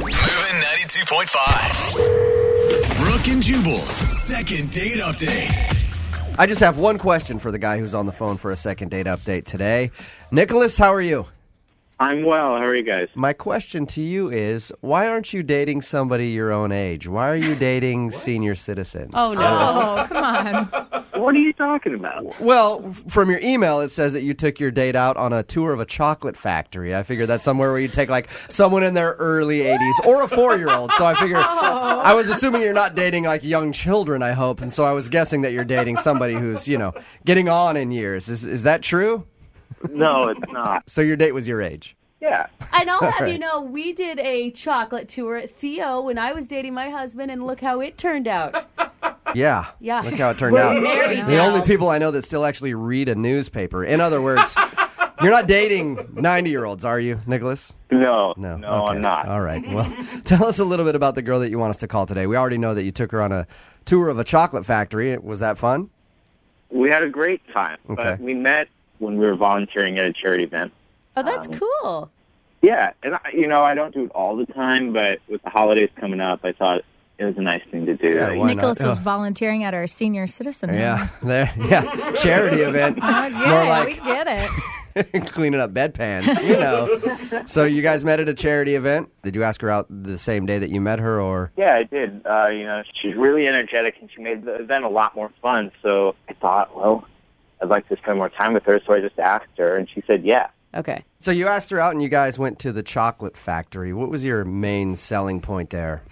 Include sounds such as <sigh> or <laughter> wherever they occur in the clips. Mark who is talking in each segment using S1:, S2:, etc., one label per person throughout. S1: Moving 92.5. Brooke and Jubal's second date update.
S2: I just have one question for the guy who's on the phone for a second date update today. Nicholas, how are you?
S3: I'm well. How are you guys?
S2: My question to you is why aren't you dating somebody your own age? Why are you
S3: <laughs>
S2: dating senior citizens?
S4: Oh no! <laughs> come on.
S3: What are you talking about?
S2: Well, f- from your email, it says that you took your date out on a tour of a chocolate factory. I figured that's somewhere where you take like someone in their early 80s or a four year old. So I figure I was assuming you're not dating like young children, I hope. And so I was guessing that you're dating somebody who's, you know, getting on in years. Is, is that true?
S3: No, it's not.
S2: So your date was your age?
S3: Yeah.
S4: And I'll have you know, we did a chocolate tour at Theo when I was dating my husband, and look how it turned <laughs> out.
S2: Yeah.
S4: Yeah.
S2: Look how it turned out.
S4: married
S2: The
S4: now.
S2: only people I know that still actually read a newspaper. In other words, you're not dating 90 year olds, are you, Nicholas?
S3: No.
S2: No.
S3: No,
S2: Okay.
S3: I'm not.
S2: All right. Well, tell us a little bit about the girl that you want us to call today. We already know that you took her on a tour of a chocolate factory. Was that fun?
S3: We had a great time, but
S2: Okay.
S3: we met when we were volunteering at a charity event.
S4: Oh, that's cool.
S3: Yeah, and I, you know I don't do it all the time, but with the holidays coming up, I thought it was a nice thing to do.
S2: Yeah,
S3: Like,
S2: why not?
S5: Nicholas was
S2: Oh.
S5: volunteering at our senior citizen.
S2: <laughs> Yeah. There, yeah. Charity event. <laughs> More
S4: we
S2: like
S4: get it.
S2: cleaning up bedpans, you know. so you guys met at a charity event. Did you ask her out the same day that you met her or
S3: Yeah, I did. Uh, you know, she's really energetic, and she made the event a lot more fun. So I thought, well, I'd like to spend more time with her, so I just asked her, and she said, yeah.
S4: <laughs> Okay.
S2: So you asked her out, and you guys went to the chocolate factory. What was your main selling point there?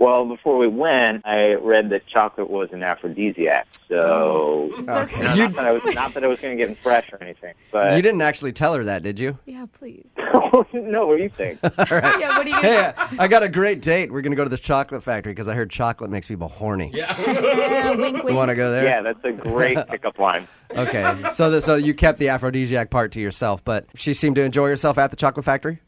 S3: Well, before we went, I read that chocolate was an aphrodisiac.
S2: <laughs>
S3: So,
S2: Okay.
S3: You know, not, that I was, not that I was going to get fresh or anything, but
S2: You didn't actually tell her that, did you?
S5: Yeah, please.
S3: <laughs> Oh, no, what do you think?
S4: Yeah. What are you gonna?
S2: Hey, I got a great date. We're gonna go to this chocolate factory because I heard chocolate makes people horny.
S5: <laughs>
S2: Yeah,
S5: wink,
S2: you
S5: wink.
S2: want to go there?
S3: yeah, that's a great pickup line.
S2: Okay. So, the, so you kept the aphrodisiac part to yourself, but she seemed to enjoy herself at the chocolate factory.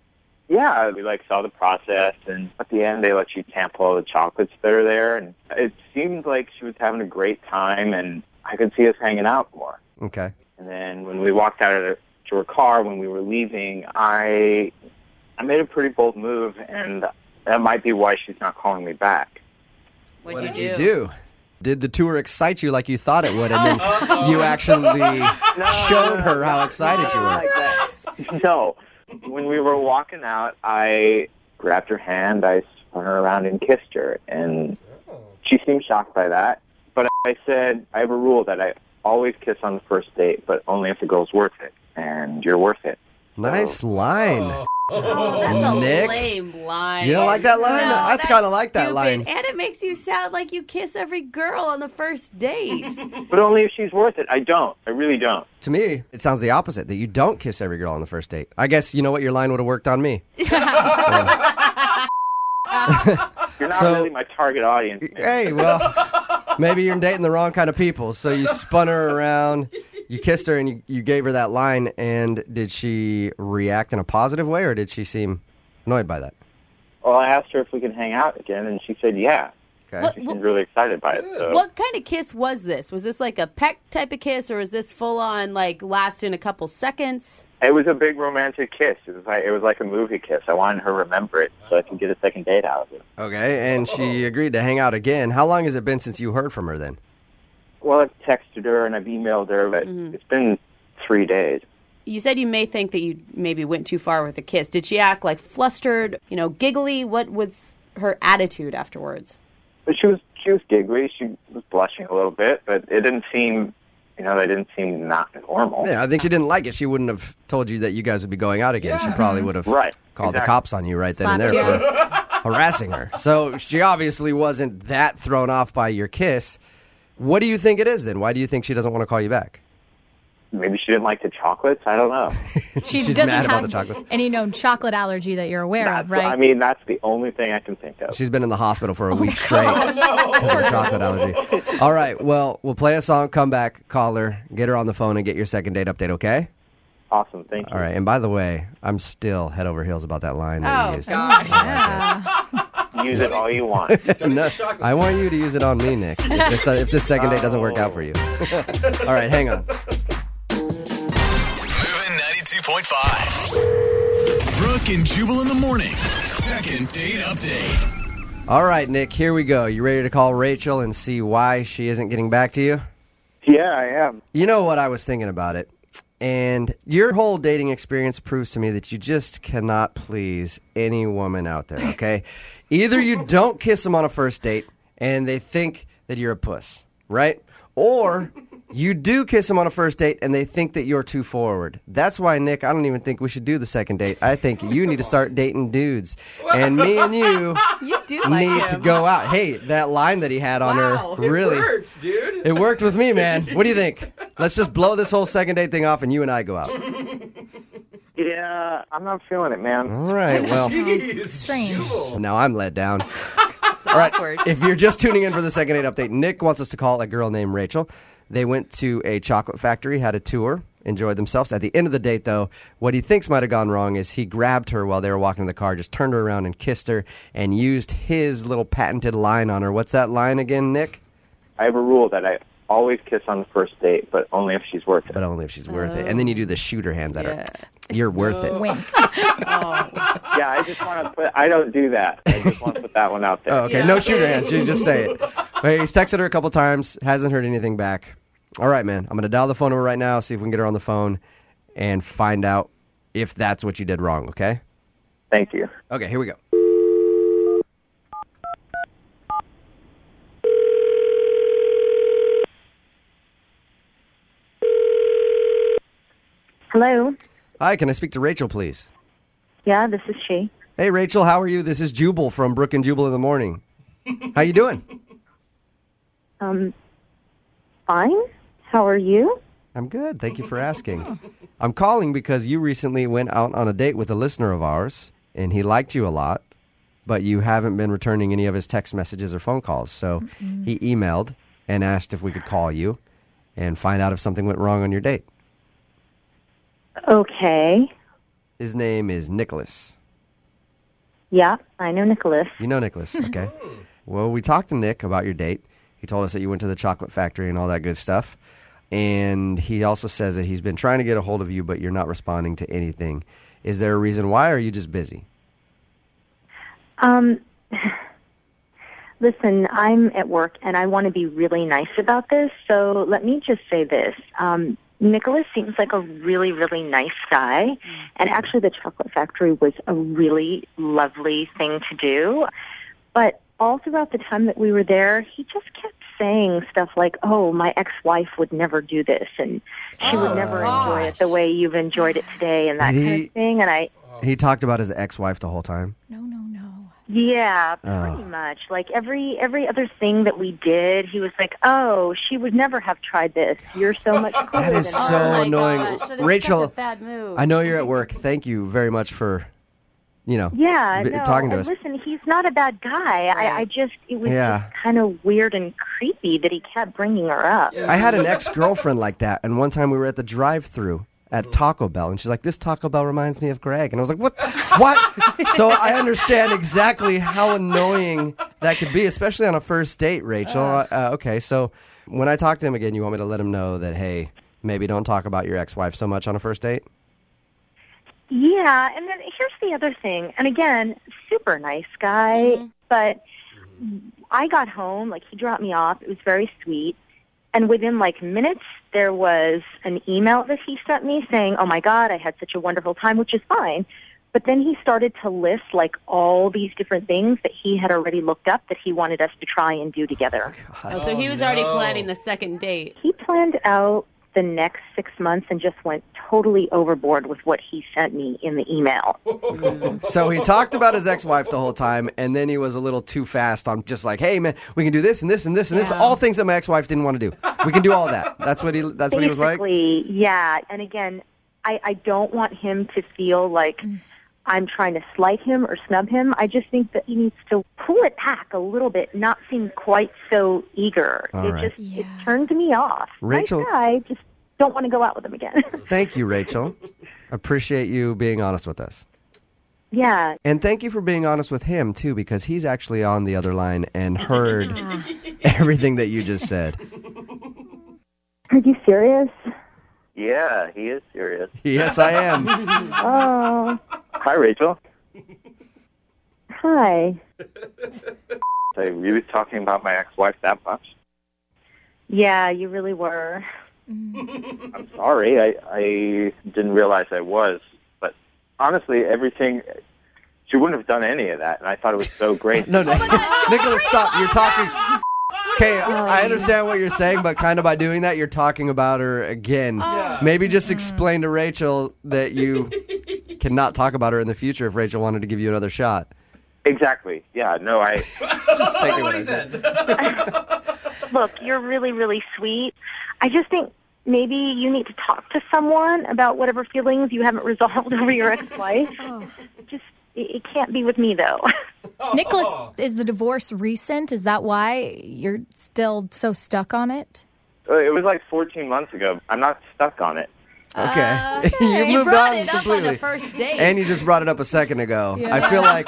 S3: Yeah, we like saw the process, and at the end, they let you sample all the chocolates that are there, and it seemed like she was having a great time, and I could see us hanging out more.
S2: Okay.
S3: And then when we walked out of the, to her car when we were leaving, I I made a pretty bold move, and that might be why she's not calling me back.
S4: What'd
S2: What did you do? Did the tour excite you like you thought it would, and then you <laughs> actually showed her
S3: <laughs>
S2: how excited you were?
S3: Like that. No, when we were walking out, I grabbed her hand, I spun her around and kissed her, and she seemed shocked by that. But I said, I have a rule that I always kiss on the first date, but only if the girl's worth it, and you're worth it.
S2: Nice line.
S4: Oh, that's a
S2: Nick.
S4: lame line.
S2: You don't like that line?
S4: No,
S2: I
S4: that's
S2: kind of like that
S4: stupid.
S2: line.
S4: And it makes you sound like you kiss every girl on the first date.
S3: But only if she's worth it. I don't. I really don't.
S2: To me, it sounds the opposite that you don't kiss every girl on the first date. I guess you know what your line would have worked on me.
S3: You're not
S2: So-
S3: really my target audience.
S2: Hey, <laughs> well, maybe you're dating the wrong kind of people. So you spun her around, you kissed her, and you, you gave her that line. And did she react in a positive way, or did she seem annoyed by that?
S3: Well, I asked her if we could hang out again, and she said yeah.
S2: <laughs> Okay.
S4: What-
S3: She seemed really excited by it. So.
S4: What kind of kiss was this? Was this like a peck type of kiss, or was this full on like last in a couple seconds?
S3: It was a big romantic kiss. It was like it was like a movie kiss. I wanted her to remember it so I could get a second date out of it.
S2: Okay, and she agreed to hang out again. How long has it been since you heard from her then?
S3: Well, I've texted her and I've emailed her, but it's been three days.
S4: You said you may think that you maybe went too far with a kiss. Did she act like flustered, you know, giggly? What was her attitude afterwards?
S3: But she was she was giggly. She was blushing a little bit, but it didn't seem, you know, they didn't seem not normal.
S2: Yeah, I think she didn't like it. She wouldn't have told you that you guys would be going out again. She probably would have
S3: Right,
S2: called the
S3: exactly.
S2: cops on you right then and there
S4: Slapped
S2: for harassing her. So she obviously wasn't that thrown off by your kiss. What do you think it is then? Why do you think she doesn't want to call you back?
S3: Maybe she didn't like the chocolates. I don't know.
S5: She
S2: She's
S5: doesn't
S2: mad about
S5: have
S2: the
S5: <laughs>
S2: chocolate.
S5: any known chocolate allergy that you're aware of,
S3: That's-
S5: right?
S3: I mean, that's the only thing I can think of.
S2: She's been in the hospital for a week straight because of chocolate allergy. All right, well, we'll play a song, come back, call her, get her on the phone, and get your second date update, okay?
S3: Awesome. Thank you.
S2: All right, and by the way, I'm still head over heels about that line that
S4: Oh,
S2: you used.
S4: gosh.
S3: Use it all you
S2: <laughs>
S3: want.
S2: No, I want you to use it on me, Nick. If this, if this second date doesn't work out for you. <laughs> All right, hang on.
S1: Moving 92.5. Brooke and Jubal in the mornings. Second date update.
S2: All right, Nick, here we go. You ready to call Rachel and see why she isn't getting back to you?
S3: Yeah, I am.
S2: You know what? I was thinking about it. And your whole dating experience proves to me that you just cannot please any woman out there, okay? <laughs> Either you don't kiss them on a first date and they think that you're a puss, right? Or you do kiss them on a first date and they think that you're too forward. That's why, Nick, I don't even think we should do the second date. I think you need to start dating dudes. And me and
S6: <laughs>
S2: you
S4: You do like
S2: need
S4: him.
S2: to go out. Hey, that line that he had on
S6: Wow,
S2: her
S6: it
S2: really
S6: worked, dude.
S2: it worked with me, man. What do you think? Let's just blow this whole second date thing off and you and I go out.
S3: Yeah, I'm not feeling it, man.
S2: All right. Well,
S6: <laughs> Jeez,
S5: Strange.
S6: Jewel.
S2: now I'm let down. All right.
S4: awkward.
S2: If you're just tuning in for the second date update, Nick wants us to call a girl named Rachel. They went to a chocolate factory, had a tour, enjoyed themselves. At the end of the date, though, what he thinks might have gone wrong is he grabbed her while they were walking in the car, just turned her around and kissed her, and used his little patented line on her. What's that line again, Nick?
S3: I have a rule that I always kiss on the first date, but only if she's worth
S2: <laughs>
S3: it.
S2: But only if she's worth it. And then you do the shooter hands at her. You're worth it.
S5: Wink.
S3: Yeah, I just want to put. I don't do that. I just want to put that one out
S2: <laughs>
S3: there.
S2: Oh, okay.
S4: Yeah.
S2: No shooter hands. You just say it. But he's texted her a couple times, hasn't heard anything back. All right, man. I'm going to dial the phone number right now, see if we can get her on the phone and find out if that's what you did wrong, okay?
S3: Thank you.
S2: Okay, here we go.
S7: Hello.
S2: Hi, can I speak to Rachel, please?
S7: Yeah, this is she.
S2: Hey, Rachel, how are you? This is Jubal from Brook and Jubal in the Morning. How you doing?
S7: Um, fine. How are you?
S2: I'm good. Thank you for asking. I'm calling because you recently went out on a date with a listener of ours, and he liked you a lot, but you haven't been returning any of his text messages or phone calls. So he emailed and asked if we could call you and find out if something went wrong on your date.
S7: Okay.
S2: His name is Nicholas.
S7: Yeah, I know Nicholas.
S2: You know Nicholas, okay? well, we talked to Nick about your date. He told us that you went to the chocolate factory and all that good stuff. And he also says that he's been trying to get a hold of you, but you're not responding to anything. Is there a reason why, or are you just busy?
S7: Um, listen, I'm at work and I want to be really nice about this. So let me just say this. Um, Nicholas seems like a really, really nice guy. And actually, the chocolate factory was a really lovely thing to do. But all throughout the time that we were there, he just kept saying stuff like, "Oh, my ex-wife would never do this, and she would never enjoy it the way you've enjoyed it today," and that kind
S2: He-
S7: of thing. And I,
S2: He talked about his ex wife the whole time.
S5: No, no, no.
S7: yeah,
S2: Ah.
S7: pretty much. Like every every other thing that we did, he was like, "Oh, she would never have tried this. You're so much cooler
S2: <laughs> That is
S7: than
S4: Oh
S2: so
S7: her."
S4: my
S2: annoying.
S4: gosh, that is
S2: Rachel,
S4: such a bad move.
S7: Oh,
S2: I know you're at work. Thank you very much for, you know,
S7: Yeah,
S2: b-
S7: no,
S2: talking to
S7: and
S2: us.
S7: Listen, he's not a bad guy. I, I just it was
S2: Yeah.
S7: just kind of weird and creepy that he kept bringing her up.
S2: I had
S7: <laughs>
S2: an ex girlfriend like that, and one time we were at the drive through at Taco Bell, and she's like, "This Taco Bell reminds me of Greg," and I was like, "What?
S7: <laughs>
S2: What?" so I understand exactly how annoying that could be, especially on a first date, Rachel. Uh, okay, so when I talk to him again, you want me to let him know that hey, maybe don't talk about your ex wife so much on a first date.
S7: Yeah, and then here's the other thing. And again, super nice guy, but I got home, like he dropped me off. It was very sweet. And within like minutes, there was an email that he sent me saying, "Oh my god, I had such a wonderful time," which is fine. But then he started to list like all these different things that he had already looked up that he wanted us to try and do together.
S4: Oh, so he was already planning the second date.
S7: He planned out the next 6 months and just went totally overboard with what he sent me in the email.
S2: So he talked about his ex-wife the whole time, and then he was a little too fast on just like, "Hey, man, we can do this and this and this and this.
S4: Yeah.
S2: All things that my ex-wife didn't want to do. We can do all that." That's what he. That's what he was like.
S7: Basically, yeah. And again, I, I don't want him to feel like
S2: Mm.
S7: I'm trying to slight him or snub him. I just think that he needs to pull it back a little bit, not seem quite so eager.
S2: All
S7: it
S2: right.
S7: just it
S5: Yeah.
S7: turned me off.
S2: Rachel-
S7: nice guy, just don't want to go out with him again. <laughs>
S2: Thank you, Rachel. Appreciate you being honest with us,
S7: yeah,
S2: and thank you for being honest with him too, because he's actually on the other line and heard everything that you just said.
S7: are you serious?
S3: Yeah, he is serious.
S2: Yes, I am.
S7: Oh,
S3: Hi, Rachel.
S7: Hi.
S3: So I really talking about my ex-wife that much?
S7: Yeah, you really were.
S3: I'm sorry, I, I didn't realize I was. But honestly, everything, she wouldn't have done any of that, and I thought it was
S2: <laughs>
S3: so great.
S2: No, no. <laughs> Nicholas, stop. You're <laughs> talking. Okay, I understand what you're saying, but kind of by doing that, you're talking about her again. Maybe just explain to Rachel that <laughs> you cannot talk about her in the future if Rachel wanted to give you another shot.
S3: Exactly. Yeah. No, I.
S2: Just take it what I said.
S7: Look, you're really, really sweet. I just think maybe you need to talk to someone about whatever feelings you haven't <laughs> resolved over your ex-wife. Just it, it can't be with me though. <laughs>
S5: Nicholas, is the divorce recent? Is that why you're still so stuck on it?
S3: It was like 14 months ago. I'm not stuck on it.
S2: Uh, <laughs> Okay.
S4: You
S2: you moved
S4: brought
S2: on
S4: it up on the
S2: completely.
S4: first date.
S2: and you just brought it up a second ago. I feel like,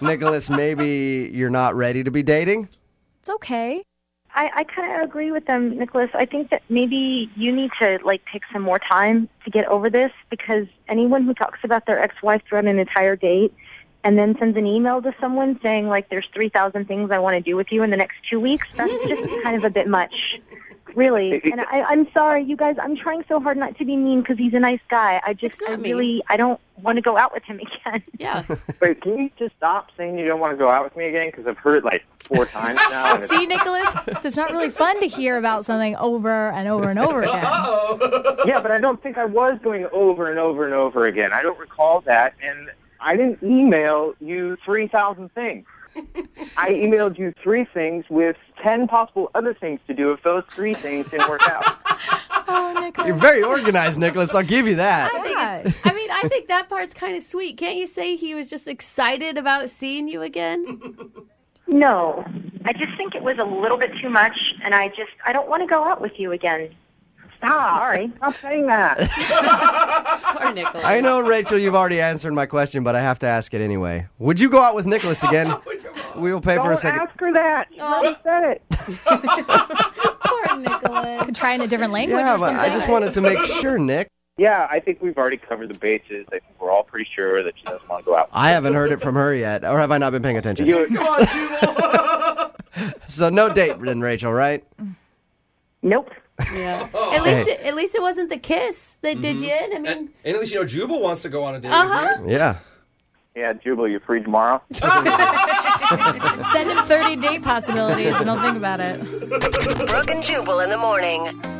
S2: Nicholas, maybe you're not ready to be dating.
S5: It's okay.
S7: I, I kind of agree with them, Nicholas. I think that maybe you need to like take some more time to get over this because anyone who talks about their ex-wife throughout an entire date and then sends an email to someone saying like there's 3000 things I want to do with you in the next 2 weeks, that's
S4: <laughs>
S7: just kind of a bit much. Really. And I I'm sorry you guys, I'm trying so hard not to be mean cuz he's a nice guy. I just
S4: It's not
S7: I
S4: mean.
S7: really I don't want to go out with him <laughs> again.
S4: <laughs> yeah.
S3: Wait, can you just stop saying you don't want to go out with me again? Because I've heard it like four times now. And it's,
S5: See, Nicholas, it's not really fun to hear about something over and over and over again.
S3: yeah, but I don't think I was going over and over and over again. I don't recall that, and I didn't email you 3,000 things. I emailed you three things with 10 possible other things to do if those three things didn't work out.
S5: Oh,
S2: You're
S5: Nicholas.
S2: very organized, Nicholas. I'll give you that.
S5: God.
S4: I mean, I think that part's kind of sweet. Can't you say he was just excited about seeing you again?
S7: No. I just think it was a little bit too much and I just I don't want to go out with you again.
S3: Ah,
S7: Stop. Sorry.
S3: Stop saying that.
S4: Poor Nicholas.
S2: I know, Rachel, you've already answered my question, but I have to ask it anyway. Would you go out with Nicholas
S3: <laughs>
S2: again? We will pay for a
S3: Oh, Don't
S2: second.
S3: ask her that. She
S7: Oh.
S3: already said it.
S4: Poor Nicholas.
S5: Could try in a different language
S2: Yeah,
S5: or
S2: but
S5: something.
S2: I just wanted to make sure, Nick.
S3: Yeah, I think we've already covered the bases. I think we're all pretty sure that she doesn't want to go out.
S2: I haven't heard it from her yet, or have I not been paying attention?
S3: You,
S2: so no date then, Rachel, right?
S7: Nope.
S4: Yeah. At least,
S2: Hey.
S4: it, at least it wasn't the kiss that did you in. I mean,
S6: And at least you know Jubal wants to go on a date
S4: Uh-huh.
S6: with
S2: Yeah.
S3: yeah, Jubal, you free tomorrow?
S5: Send him 30 date possibilities and he'll think about it.
S8: Brooke and Jubal in the morning.